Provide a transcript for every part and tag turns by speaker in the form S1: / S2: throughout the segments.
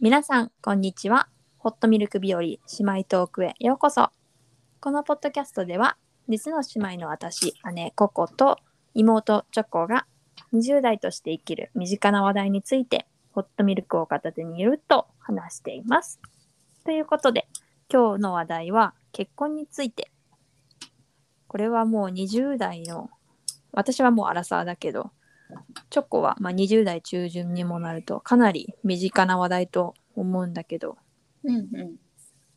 S1: 皆さんこんにちはホットミルク日和姉妹トークへようこそこのポッドキャストでは実の姉妹の私姉ココと妹チョコが20代として生きる身近な話題についてホットミルクを片手にゆるっと話していますということで今日の話題は結婚についてこれはもう20代の私はもうアラサーだけどチョコは、まあ、20代中旬にもなるとかなり身近な話題と思うんだけど
S2: うんうん。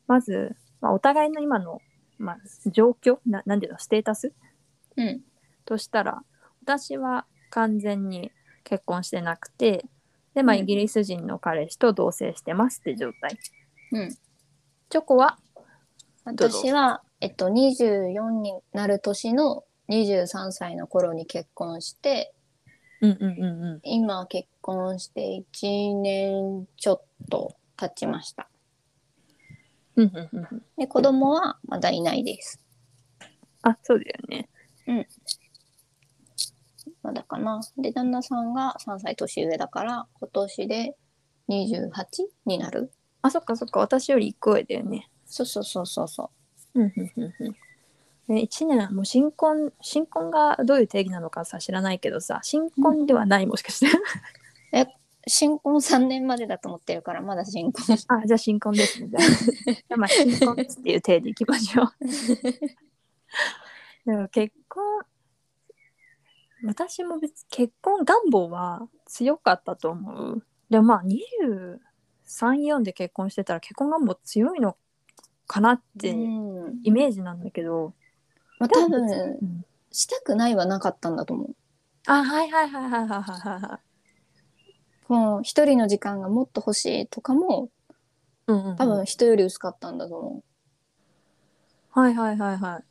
S1: まず、まあ、お互いの今の、まあ、状況ななんていうのステータス
S2: うん。
S1: としたら私は完全に結婚してなくてで、まあ、
S2: うん
S1: イギリス人の彼氏と同棲してますって状態
S2: うん。
S1: チョコはどうぞ
S2: 私は、えっと、24になる年の23歳の頃に結婚して、
S1: うんうんうんうん
S2: 今結婚して1年ちょっと経ちました。
S1: うんうんうんうん
S2: で、子供はまだいないです。
S1: あそうだよね
S2: まだかな。で、旦那さんが3歳年上だから、今年で 28? になる
S1: あそっかそっか私より1個上だよね
S2: そうそうそうそうそ
S1: うんうんうんうんね、1年もう新婚新婚がどういう定義なのかさ知らないけどさ新婚ではない、もしかして
S2: う。新婚3年までだと思ってるから、まだ新婚。
S1: あじゃあ新婚ですねじゃあ じゃあまあ新婚ですっていう体でいきましょう でも結婚私も別結婚願望は強かったと思うでもまあ234で結婚してたら結婚願望強いのかなって
S2: うん。
S1: イメージなんだけど、
S2: まあ、多分
S1: う、ん
S2: したくないはなかったんだと思う。
S1: あはいはいはいはいはいはいはい
S2: もう一人の時間がもっと欲しいとかも
S1: うんうんうん
S2: 多分人より薄かったんだと思
S1: はいはいはいはい。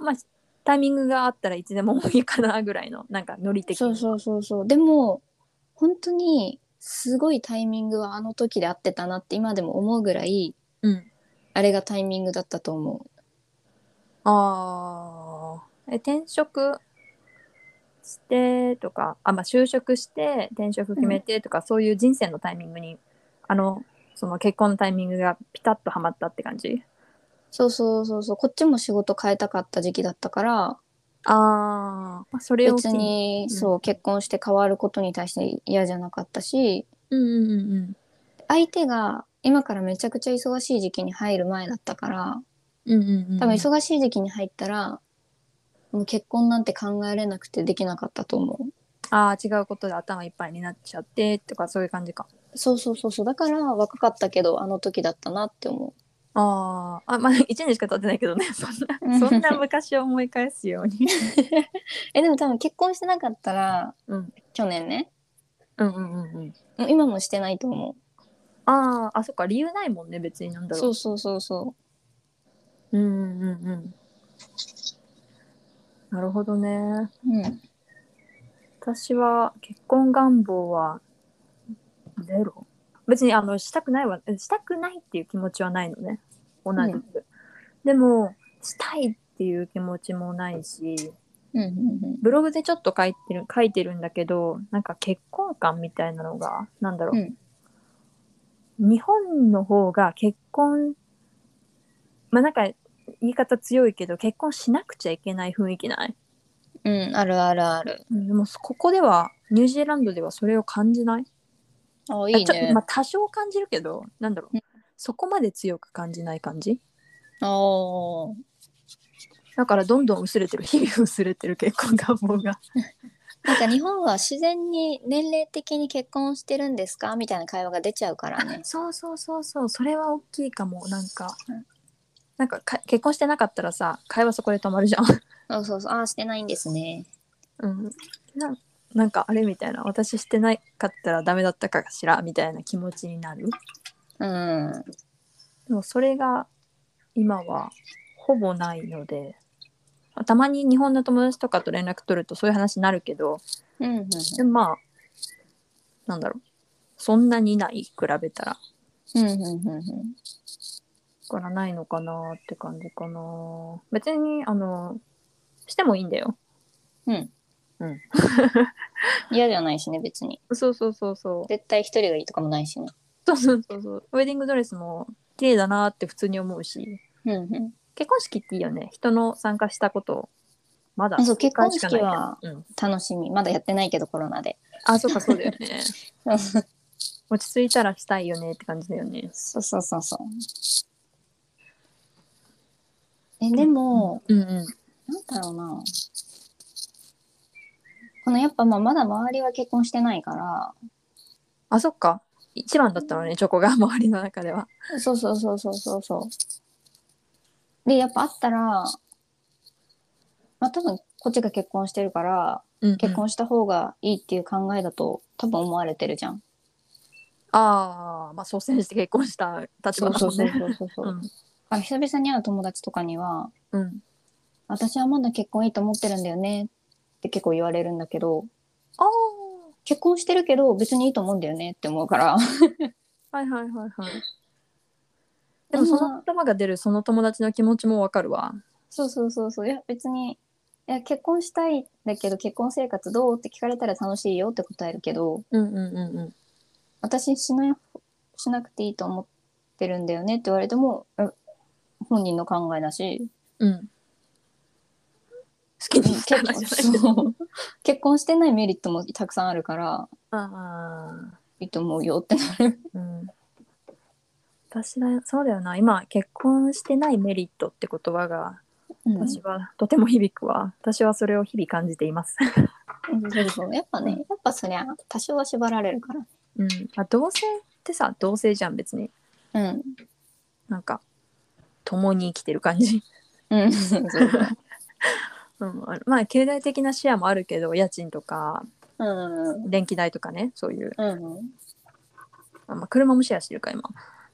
S1: まあタイミングがあったらいつでもいいかなぐらいのなんかノリ
S2: う。
S1: 的
S2: そう
S1: に。う
S2: そうそうそう。でも本当にすごいタイミングはあの時で合ってたなって今でも思うぐらい
S1: ん。
S2: あれがタイミングだったと思
S1: ああ。え転職してとかあまあ就職して転職決めてとか、そういう人生のタイミングにあのその結婚のタイミングがピタッとはまったって感じ。
S2: う。そうそうそうそう。こっちも仕事変えたかった時期だったから
S1: あー、まあ。それを機
S2: 別
S1: に。
S2: に
S1: うん
S2: そう結婚して変わることに対して嫌じゃなかったし
S1: うんうんうんうん。
S2: 相手が今からめちゃくちゃ忙しい時期に入る前だったから
S1: うんうんうん、
S2: 多分忙しい時期に入ったら、もう結婚なんて考えれなくてできなかったと思う
S1: ああ違うことで頭いっぱいになっちゃってとかそういう感じか。
S2: そうそうそうそうだから若かったけどあの時だったなって思
S1: あーあ、 まあ、1年しか経ってないけどね、そん
S2: うん
S1: な、そんな昔を思い返すように。
S2: う えでも多分結婚してなかったら
S1: うん、
S2: 去年ね
S1: うんうんうんうん。
S2: もう今もしてないと思
S1: ああ、あ、そっか、理由ないもんね、別になん
S2: う
S1: だろ。
S2: そううそうそうそ
S1: うんうんうんうん。なるほどね。
S2: ううん
S1: 私は結婚願望はゼロ。別にあのしたくないわ、したくないっていう気持ちはないのね、同じく。でも、したいっていう気持ちもないし、
S2: うんうん
S1: ブログでちょっと書いてる書いてるんだけどなんか結婚観みたいなのがなんだろ
S2: う
S1: う、
S2: ん
S1: 日本の方が結婚まあなんか言い方強いけど結婚しなくちゃいけない雰囲気ない、
S2: うんうんあるあるある
S1: うんでもここではニュージーランドではそれを感じない
S2: あい
S1: あ
S2: い
S1: ちょっ
S2: ね
S1: とまあ、多少感じるけどなんだろう、
S2: う
S1: そこまで強く感じない感じ
S2: あー
S1: だからどんどん薄れてる日々薄れてる結婚願望が
S2: なんか日本は自然に年齢的に結婚してるんですかみたいな会話が出ちゃうからね
S1: そうそうそうそうそれは大きいかもなんか、
S2: うん
S1: なんかか結婚してなかったらさ会話そこで止まるじゃん、
S2: そうそうそうああしてないんですね
S1: うん、ななんかあれみたいな私してなかったらダメだったかしらみたいな気持ちになる
S2: うん
S1: でもそれが今はほぼないのでたまに日本の友達とかと連絡取るとそういう話になるけど
S2: うんうんうん
S1: でもまあなんだろうそんなにない比べたら
S2: うんうんうんうん
S1: だからないのかなって感じかな別にあのしてもいいんだよ
S2: うん。
S1: うん。
S2: 嫌じゃないしね、別に。
S1: そうそうそうそ
S2: 絶対一人がいいとかもないしね。
S1: そうそうそうそう。ウェディングドレスも綺麗だなって普通に思うし、
S2: うんうん
S1: 結婚式っていいよね。人の参加したことをまだ
S2: あそう
S1: 数回しかないけど
S2: 結婚
S1: うん、
S2: 楽しみまだやってないけどコロナで
S1: あ、そうかそうだよね。落ち着いたらしたいよねって感じだよね。
S2: そうそうそうそうえでも、
S1: うんうん。
S2: なんだろうなこのやっぱまあまだ周りは結婚してないか
S1: あ、そっか。一番だったのね、チョコが周りの中では。
S2: らそうそうそうそうそうそうでやっぱあったらまあ多分こっちが結婚してるから
S1: うんうん
S2: 結婚した方がいいっていう考えだと多分思われてるじゃん。
S1: ああ、まあ率先して結婚した立場だもんね。
S2: うそうそうだ
S1: ん
S2: から久々に会う友達とかには
S1: うん。
S2: 「私はまだ結婚いいと思ってるんだよね」って結構言われるんだけど
S1: あ
S2: 結婚してるけど別にいいと思うんだよねって思う から
S1: あ、はいはいはいはい。でもその言葉が出るその友達の気持ちもわかるわ。
S2: そうそうそうそういや別にいや結婚したいんだけど結婚生活どうって聞かれたら楽しいよって答えるけど
S1: うんうんうんうん。
S2: 私しないしなくていいと思ってるんだよねって言われてもえ本人の考えだし
S1: うん。好きに
S2: 結
S1: したらじゃ ないけ
S2: 婚
S1: ど。
S2: そう結婚してないメリットもたくさんあるから
S1: ああ。
S2: いいと思うよってなる。
S1: うん。私はそうだよな。今、結婚してないメリットって言葉が、
S2: うん
S1: 私はとても響くわ。私はそれを日々感じています。
S2: そうそうやっぱねやっぱそりゃ多少は縛られるか
S1: うん。あ、同性ってさ、同性じゃん、別に。
S2: ら。うん
S1: なんか、共に生きてる感じ。
S2: うん、そうそう
S1: うん、あのまあ経済的な視野もあるけど家賃とか
S2: うん
S1: 電気代とかねそういう、
S2: うん
S1: あまあ、車もシェアしてるか今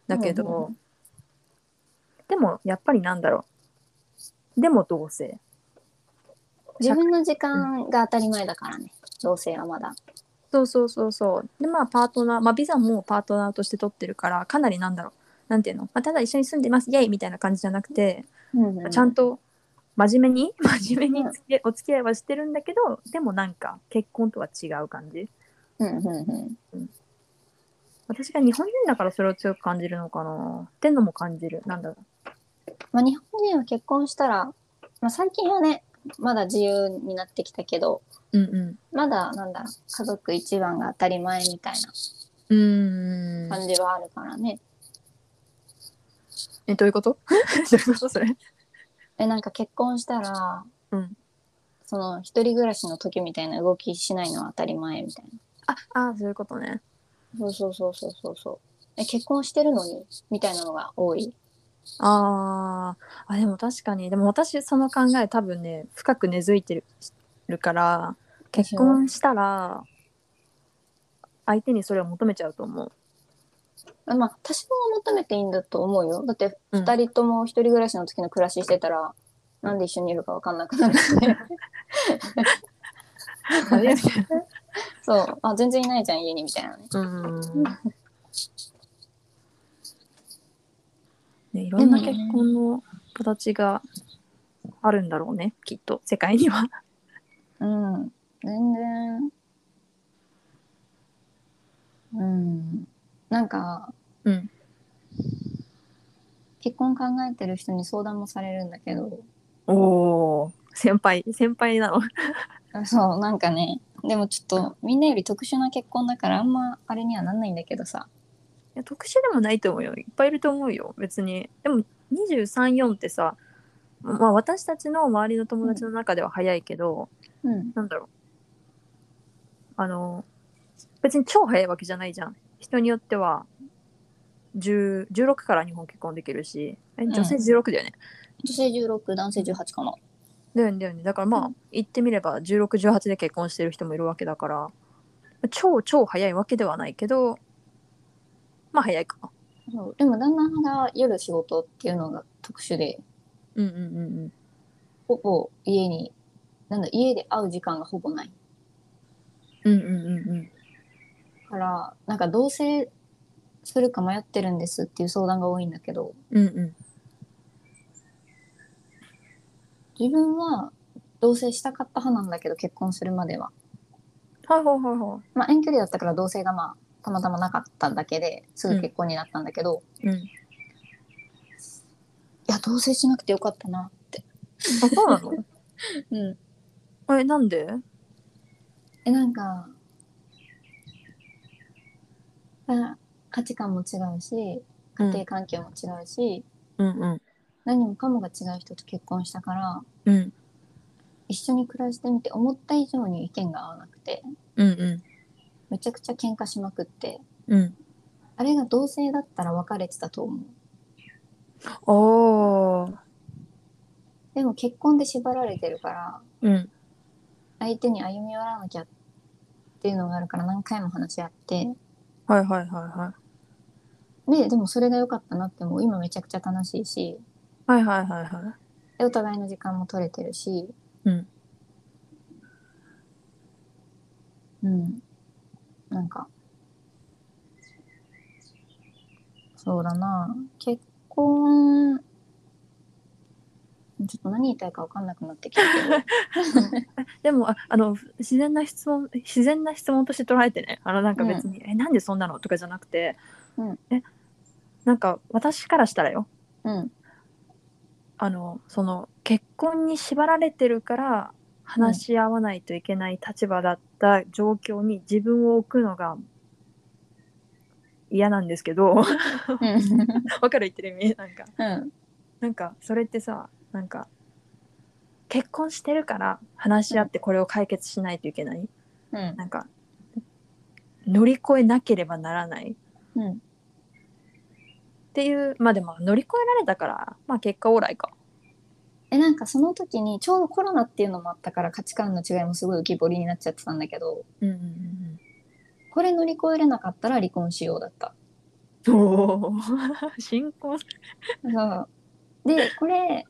S1: だけど、
S2: うんう
S1: でもやっぱりなんだろうでも同性
S2: 自分の時間が当たり前だからね同性はまだ。
S1: そうそうそうそうでまあパートナーまあビザもパートナーとして取ってるからかなりなんだろうなんていうの、まあ、ただ一緒に住んでますイエイみたいな感じじゃなくて、
S2: うん
S1: ちゃんと真面目に 真面目につきお付き合いはしてるんだけどでもなんか結婚とは違う感じ
S2: うんうんうん
S1: 私が日本人だからそれを強く感じるのかなってのも感じるなんだろう
S2: まあ、日本人は結婚したら、まあ、最近はねまだ自由になってきたけど
S1: うんうん
S2: まだなんだろう家族一番が当たり前みたいな
S1: うーん
S2: 感じはあるからね。
S1: えどういうこと どういうことそれ
S2: えなんか結婚したら、
S1: うん
S2: その一人暮らしの時みたいな動きしないのは当たり前みたいな
S1: ああそういうことね
S2: そうそうそうそうそうそうえ結婚してるのにみたいなのが多い
S1: あーあでも確かにでも私その考え多分ね深く根付いてるるから結婚したら相手にそれを求めちゃうと思う、
S2: あまあ多少は求めていいんだと思うよだって
S1: うん
S2: 二人とも一人暮らしの時の暮らししてたらなんで一緒にいるか分かんなく なるしね
S1: あれみたい
S2: そうあ全然いないじゃん家にみたいなね
S1: な うん ね、いろんな結婚の形があるんだろうねきっと世界には
S2: うん全然うんなんか
S1: うん
S2: 結婚考えてる人に相談もされるんだけど
S1: おお先輩先輩なの
S2: そうなんかねでもちょっとみんなより特殊な結婚だからあんまあれにはなんないんだけどさ
S1: や特殊でもないと思うよいっぱいいると思うよ別にでも234ってさまあ私たちの周りの友達の中では早いけど、
S2: うん
S1: なんだろうあの別に超早いわけじゃないじゃん人によっては10 16から日本結婚できるしえ女性
S2: うん
S1: 16だよね、
S2: 女性16男性18かな
S1: だよねだよねだからまあ、
S2: う
S1: 言ってみれば1618で結婚してる人もいるわけだから超超早いわけではないけどまあ早いかな
S2: そうでも旦那が夜仕事っていうのが特殊で
S1: うんうんうんうん
S2: ほぼ家になんだ家で会う時間がほぼない
S1: うんうんうんうん
S2: からなんか同棲するか迷ってるんですっていう相談が多いんだけど
S1: うんうん
S2: 自分は同棲したかった派なんだけど結婚するまでは
S1: はいはいはいはい
S2: まあ遠距離だったから同棲がまあたまたまなかっただけですぐ結婚になったんだけど、
S1: うん。
S2: いや同棲しなくてよかったなって、
S1: あ、そうなの
S2: うん、
S1: え、なんで
S2: えなんかあ価値観も違うし
S1: う
S2: 家庭
S1: ん
S2: 環境も違うし、
S1: うん
S2: 何もかもが違う人と結婚したから
S1: うん。
S2: 一緒に暮らしてみて思った以上に意見が合わなくて
S1: うんう
S2: めちゃくちゃ喧嘩しまくって
S1: ん。うん。
S2: あれが同性だったら別れてたと思う
S1: おー。
S2: でも結婚で縛られてるから
S1: うん。
S2: 相手に歩み寄らなきゃっていうのがあるから何回も話し合って
S1: はいはいはいは
S2: ででもそれが良かったなってもう今めちゃくちゃ楽しいし
S1: い。はいはいはいは
S2: でお互いの時間も取れてるし
S1: うん
S2: うんなんかそうだな結婚ちょっと何言いたいか分かんなくなってきたけど
S1: い。でも、ああの、自然な質問、自然な質問として捉えてね。あの、なんか別に、え、なんでそんなのとかじゃなくて、
S2: うん
S1: え、なんか私からしたらよ。
S2: うん
S1: あのその結婚に縛られてるから話し合わないといけない立場だった状況に自分を置くのが嫌なんですけど わかる言ってる意味なんか
S2: うん
S1: なんかそれってさなんか結婚してるから話し合ってこれを解決しないといけない
S2: うん
S1: なんか乗り越えなければならない
S2: うん
S1: っていうまあでも乗り越えられたからまあ結果オーライか
S2: えなんかその時にちょうどコロナっていうのもあったから価値観の違いもすごい浮き彫りになっちゃってたんだけど
S1: うんうん
S2: これ乗り越えれなかったら離婚しようだった。
S1: うんおー 新婚
S2: そうでこれ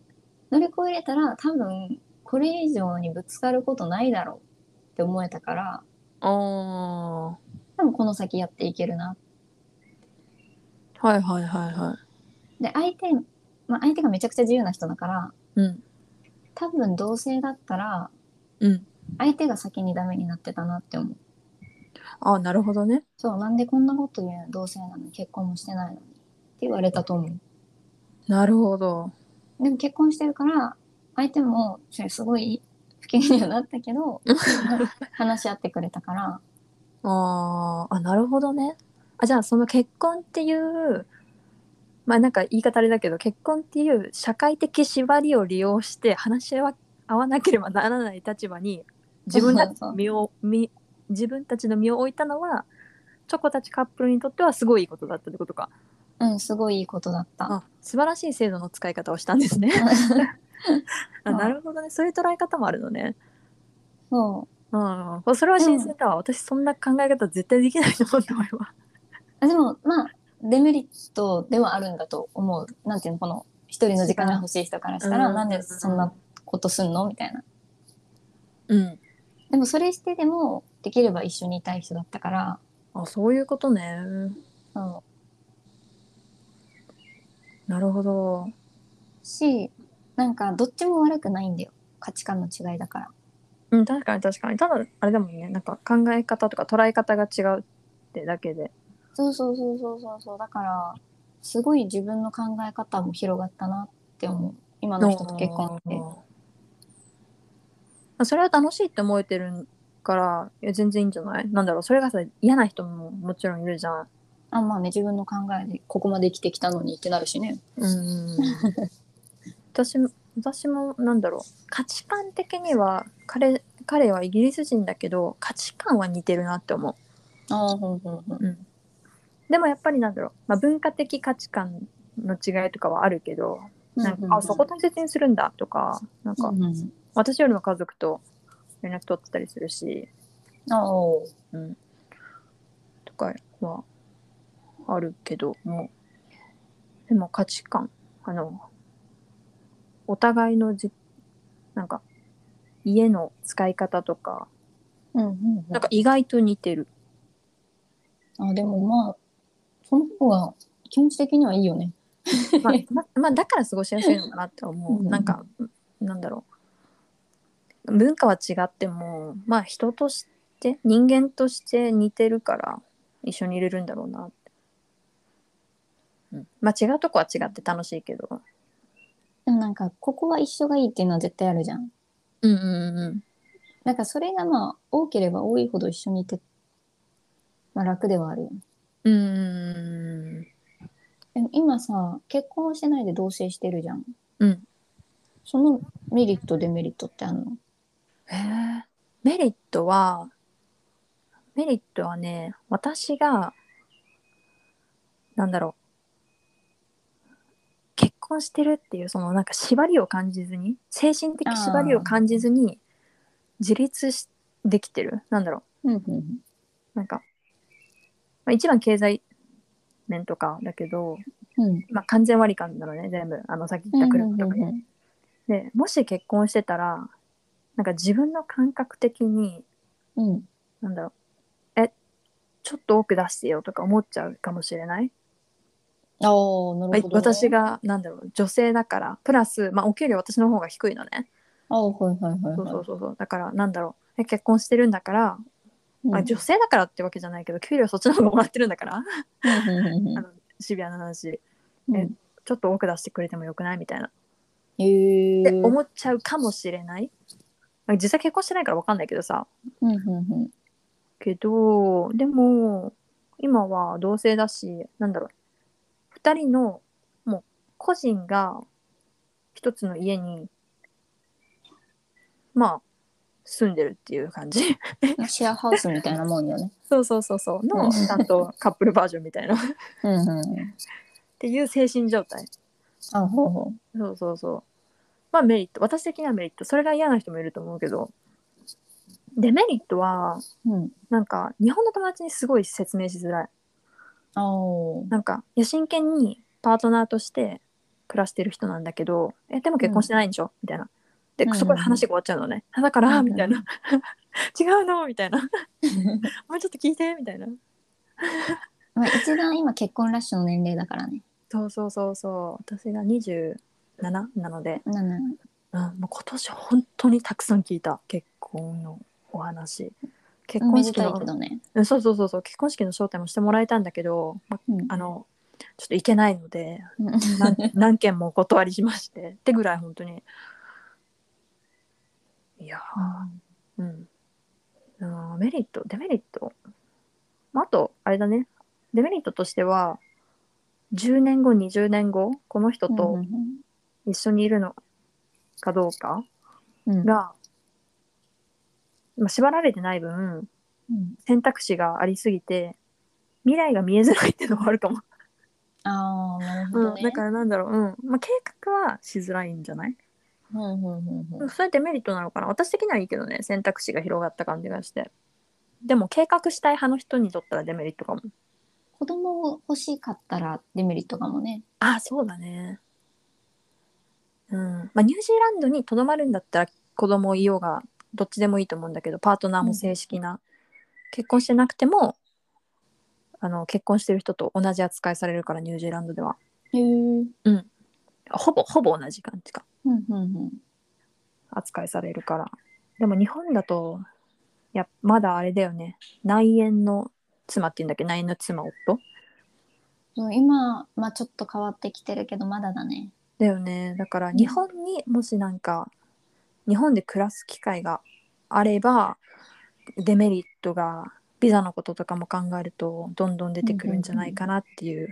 S2: 乗り越えれたら多分これ以上にぶつかることないだろうって思えたから
S1: あ
S2: 多分この先やっていけるな。
S1: あはいはいはいはい。
S2: で相手、まあ、相手がめちゃくちゃ自由な人だから
S1: うん
S2: 多分同性だったら
S1: うん。
S2: 相手が先にダメになってたなって思う。
S1: ああなるほどね。
S2: そうなんでこんなこと言うの同性なのに結婚もしてないのにって言われたと思う。
S1: なるほど。
S2: でも結婚してるから相手もそれすごい不機嫌にはなったけど話し合ってくれたから
S1: あーあなるほどね。あじゃあその結婚っていうまあなんか言い方あれだけど結婚っていう社会的縛りを利用して話し合わなければならない立場に自分たちの身を身自分たちの身を置いたのはチョコたちカップルにとってはすごいいいことだったってことか。
S2: うんすごいいいことだった。
S1: あ素晴らしい制度の使い方をしたんですね。あなるほどねそういう捉え方もあるのね。
S2: そ
S1: うん、それは新鮮だわ、私そんな考え方絶対できないと思って思いま
S2: うあでもまあデメリットではあるんだと思うなんていうのこの一人の時間が欲しい人からしたら、
S1: うん
S2: なんでそんなことすんのみたいな
S1: うん
S2: でもそれしてでもできれば一緒にいたい人だったから
S1: あそういうことね
S2: そ
S1: なるほど
S2: うしなんかどっちも悪くないんだよ価値観の違いだから。
S1: うん確かに確かにただあれでもんねなんか考え方とか捉え方が違うってだけで
S2: そうそうそうそうそうそうだからすごい自分の考え方も広がったなって思う今の人と結婚して
S1: あそれは楽しいって思えてるからいや全然いいんじゃないなんだろうそれがさ嫌な人ももちろんいるじゃん
S2: あまあね自分の考えでここまで生きてきたのにってなるしね
S1: うん私も私もなんだろう価値観的には彼彼はイギリス人だけど価値観は似てるなって思
S2: ああほんほんほん
S1: う、うん、でもやっぱりなんだろう、まあ、文化的価値観の違いとかはあるけどなんか、あそこ大切にするんだとかなん
S2: か
S1: か私よりも家族と連絡取ってたりするし
S2: あお
S1: とかはあるけどもでも価値観あのお互いのじなんか家の使い方とか
S2: うんうん
S1: なんか意外と似 てる
S2: あでもまあその方が気持ち的にはいいよね
S1: まあ、ままあだから過ごしやすいのかなって思う、
S2: うん
S1: なんかなんだろう文化は違ってもまあ人として人間として似てるから一緒にいれるんだろうなって、うん、まあ違うとこは違って楽しいけど
S2: でもなんかここは一緒がいいっていうのは絶対あるじゃん
S1: うんうんうん
S2: なんかそれがまあ多ければ多いほど一緒にいて、まあ、楽ではあるよね
S1: うんうん
S2: でも今さ結婚してないで同棲してるじゃん
S1: うん
S2: そのメリットデメリットってあんの
S1: へえメリットはメリットはね私がなんだろう結婚してるっていうそのなんか縛りを感じずに精神的縛りを感じずに自立しできてるなんだろう
S2: うんうん
S1: なんか、まあ、一番経済面とかだけど、
S2: うん
S1: まあ、完全割り勘なのね全部あのさっき言った車とかね、でもし結婚してたらなんか自分の感覚的に
S2: うん
S1: なんだろうえちょっと多く出してよとか思っちゃうかもしれない、
S2: ああな
S1: まあ
S2: るほど、ね、
S1: 私がなんだろう女性だからプラス、まあ、お給料私の方が低いのね
S2: ああはいはいはいはい
S1: そうそうそうそうだからなんだろうえ結婚してるんだから、
S2: うん
S1: まあ、女性だからってわけじゃないけど給料そっちの方がもらってるんだから
S2: うんうんうん
S1: あのシビアな話
S2: うん
S1: えちょっと多く出してくれてもよくないみたいな
S2: へえ
S1: って思っちゃうかもしれない、まあ実際結婚してないから分かんないけどさ
S2: うんうんうん
S1: けどでも今は同性だしなんだろう2人のもう個人が一つの家にまあ住んでるっていう感じ
S2: シェアハウスみたいなもんよね。
S1: そうそうそうそう
S2: う
S1: の
S2: ん
S1: ちゃんとカップルバージョンみたいなっ
S2: うんうん。
S1: ていう精神状態
S2: あ、ほうほ
S1: そうそうそう。まあメリット。私的にはメリット。それが嫌な人もいると思うけど。デメリットは、
S2: う。うん。
S1: なんか、日本の友達にすごい説明しづらい。
S2: ああ。
S1: なんか、いや、真剣にパートナーとして暮らしてる人なんだけど、え、でも結婚してないんでしょ、みたいな。で
S2: うんう、んうん
S1: そこで話が終わっちゃうのね。あだか
S2: うん
S1: ら、
S2: うん
S1: みたいな。 違うのみたいな。もうちょっと聞いて、みたいな。
S2: まあ、一番今結婚ラッシュの年齢だからね。
S1: そうそうそうそう。私が27なので、
S2: なな
S1: うん、もう今年本当にたくさん聞いた結婚のお話結
S2: め
S1: 婚
S2: で
S1: 式
S2: たい
S1: の
S2: けどね。
S1: うんそうそうそうそう結婚式の招待もしてもらえたんだけど、ま
S2: うん
S1: あ、のちょっと行けないので
S2: うん
S1: なん 何件もお断りしましてってぐらい本当にいやーうんあーメリットデメリット、まあ、あとあれだねデメリットとしては10年後20年後この人
S2: う
S1: と
S2: ん
S1: 一緒にいるのかどうか、
S2: うん
S1: が、まあ、縛られてない分
S2: うん
S1: 選択肢がありすぎて未来が見えづらいっていうのもあるかも、
S2: ああ、なるほ
S1: う
S2: ど
S1: ん、
S2: ね。
S1: だからなんだろう、うんまあ、計画はしづらいんじゃない、
S2: うんうんうん
S1: う
S2: うん
S1: ん、それデメリットなのかな私的にはいいけどね選択肢が広がった感じがしてでも計画したい派の人にとったらデメリットかも
S2: 子供欲しかったらデメリットかもね。
S1: ああそうだねうんまあニュージーランドにとどまるんだったら子供いようがどっちでもいいと思うんだけどパートナーも正式な、結婚してなくてもあの結婚してる人と同じ扱いされるからニュージーランドでは
S2: へえ。うん
S1: ほぼほぼ同じ感じか
S2: うんうん。
S1: 扱いされるからでも日本だといやまだあれだよね内縁の妻っていうんだっけ内縁の妻夫
S2: そう今、まあ、ちょっと変わってきてるけど、まだだね。
S1: だよねだから
S2: うん
S1: 日本にもしなんか日本で暮らす機会があればデメリットがビザのこととかも考えるとどんどん出てくるんじゃないかなっていう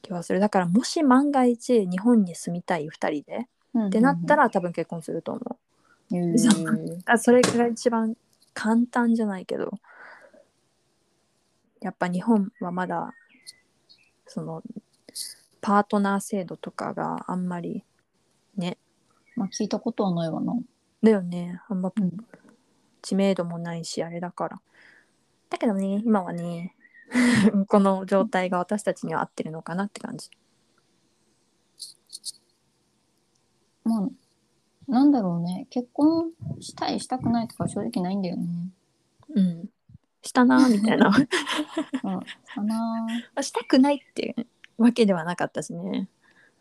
S1: 気はするだからもし万が一日本に住みたい2人で
S2: っ
S1: ってなった、ら多分結婚すると思う
S2: へえ
S1: そうあそれが一番簡単じゃないけどやっぱ日本はまだそのパートナー制度とかがあんまり
S2: まあ、聞いたことはないわな。
S1: だよねあんま
S2: うん
S1: 知名度もないしあれだからだけどね今はね この状態が私たちには合ってるのかなって感じ
S2: まあ、なんだろうね。結婚したい、したくないとか正直ないんだよね。
S1: うんしたなみ たいな
S2: うん。かな
S1: したくないっていうわけではなかったしね、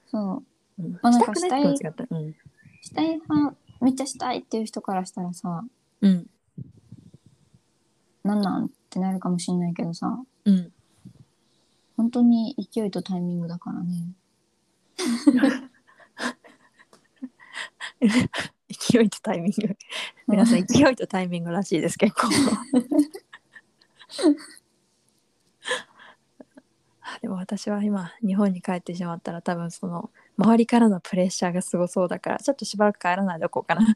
S2: そう。
S1: うん
S2: あな
S1: し
S2: ん
S1: た
S2: か
S1: くないってことは違ったうん
S2: したい派、めっちゃしたいっていう人からしたらさ、
S1: うん
S2: なんなんっってなるかもしんないけどさ
S1: うん。
S2: 本当に勢いとタイミングだからね
S1: 勢いとタイミング。皆さん、勢いとタイミングらしいです、結構。でも私は今、日本に帰ってしまったら、多分その、周りからのプレッシャーがすごそうだから、ちょっとしばらく帰らないでおこうかな。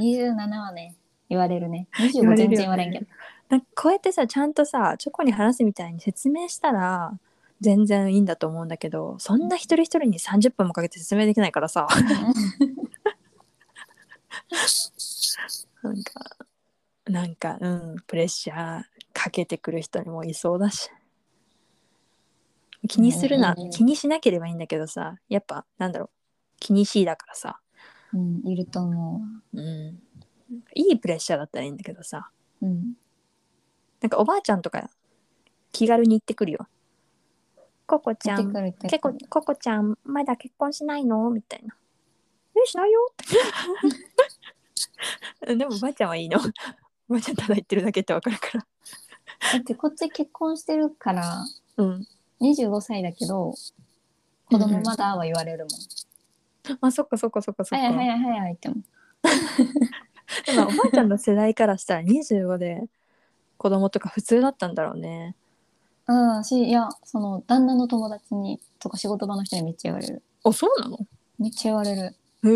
S2: 27はね言われるね
S1: 言われるよね
S2: 25全然言われんけど
S1: なんかこうやってさちゃんとさチョコに話すみたいに説明したら全然いいんだと思うんだけどそんな一人一人に30分もかけて説明できないからさなんかなんかうんプレッシャーかけてくる人にもいそうだし気にするな、
S2: うんうんうん
S1: 気にしなければいいんだけどさやっぱなんだろう気にしいだからさ、
S2: うん、いると思
S1: うん、いいプレッシャーだったらいいんだけどさ
S2: ううん
S1: なんかおばあちゃんとか気軽に言ってくるよ。ココちゃ
S2: 言っ
S1: ん
S2: てくるって
S1: 結構ココちゃんまだ結婚しないのみたいな。えしない よ ってでもおばあちゃんはいいの。おばあちゃんただ言ってるだけってわかるから。
S2: だってこっち結婚してるから
S1: うん。
S2: 25歳だけど子供まだは言われるもん、
S1: まあそっかそっかそっかそっか。
S2: 早い早い早いっても
S1: でもお ばあちゃんの世代からしたら25で子供とか普通だったんだろうね。
S2: ああしいやその旦那の友達にとか仕事場の人にめっちゃ言われる
S1: あそうなの
S2: めっちゃ言われる
S1: へ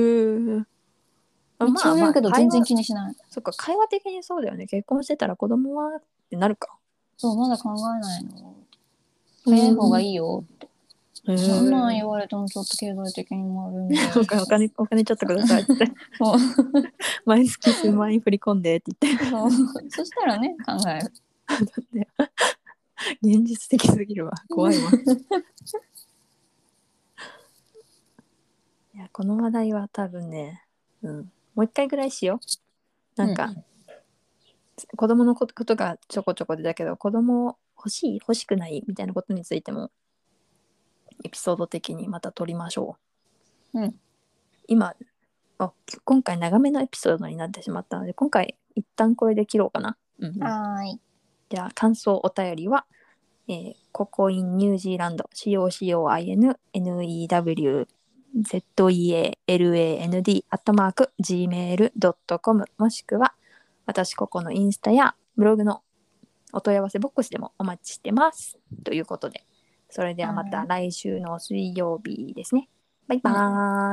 S1: え。
S2: めっちゃ言われるけど
S1: 会
S2: 全然
S1: 話
S2: 気にしない
S1: そっか会話的にそうだよね。結婚してたら子供はってなるか。
S2: そうまだ考えないの早い方が
S1: い。
S2: いいよ
S1: へえ
S2: そんなん言われてもちょっと経済的にもあるんで
S1: そうかお金お金ちょっとくだ さいって
S2: そう
S1: 毎月数万円振り込んでって言って
S2: そうそしたらね考える
S1: 現実的すぎるわ怖いわいやこの話題は多分ね、うん、もう一回ぐらいしようなんか、
S2: う
S1: 子供のことがちょこちょこでだけど子供欲しい欲しくないみたいなことについてもエピソード的にまた撮りましょう、
S2: うん
S1: 今あ今回長めのエピソードになってしまったので今回一旦これで切ろうかな、うん、
S2: はーい
S1: じゃあ感想お便りは、えー、ココインニュージーランド COCOINNEWZEALAND アットマーク Gmail.com もしくは私ココのインスタやブログのお問い合わせボックスでもお待ちしてます。ということで、それではまた来週の水曜日ですね。バイバ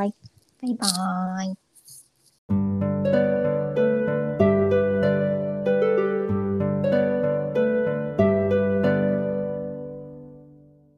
S1: ーイ。
S2: バイバーイ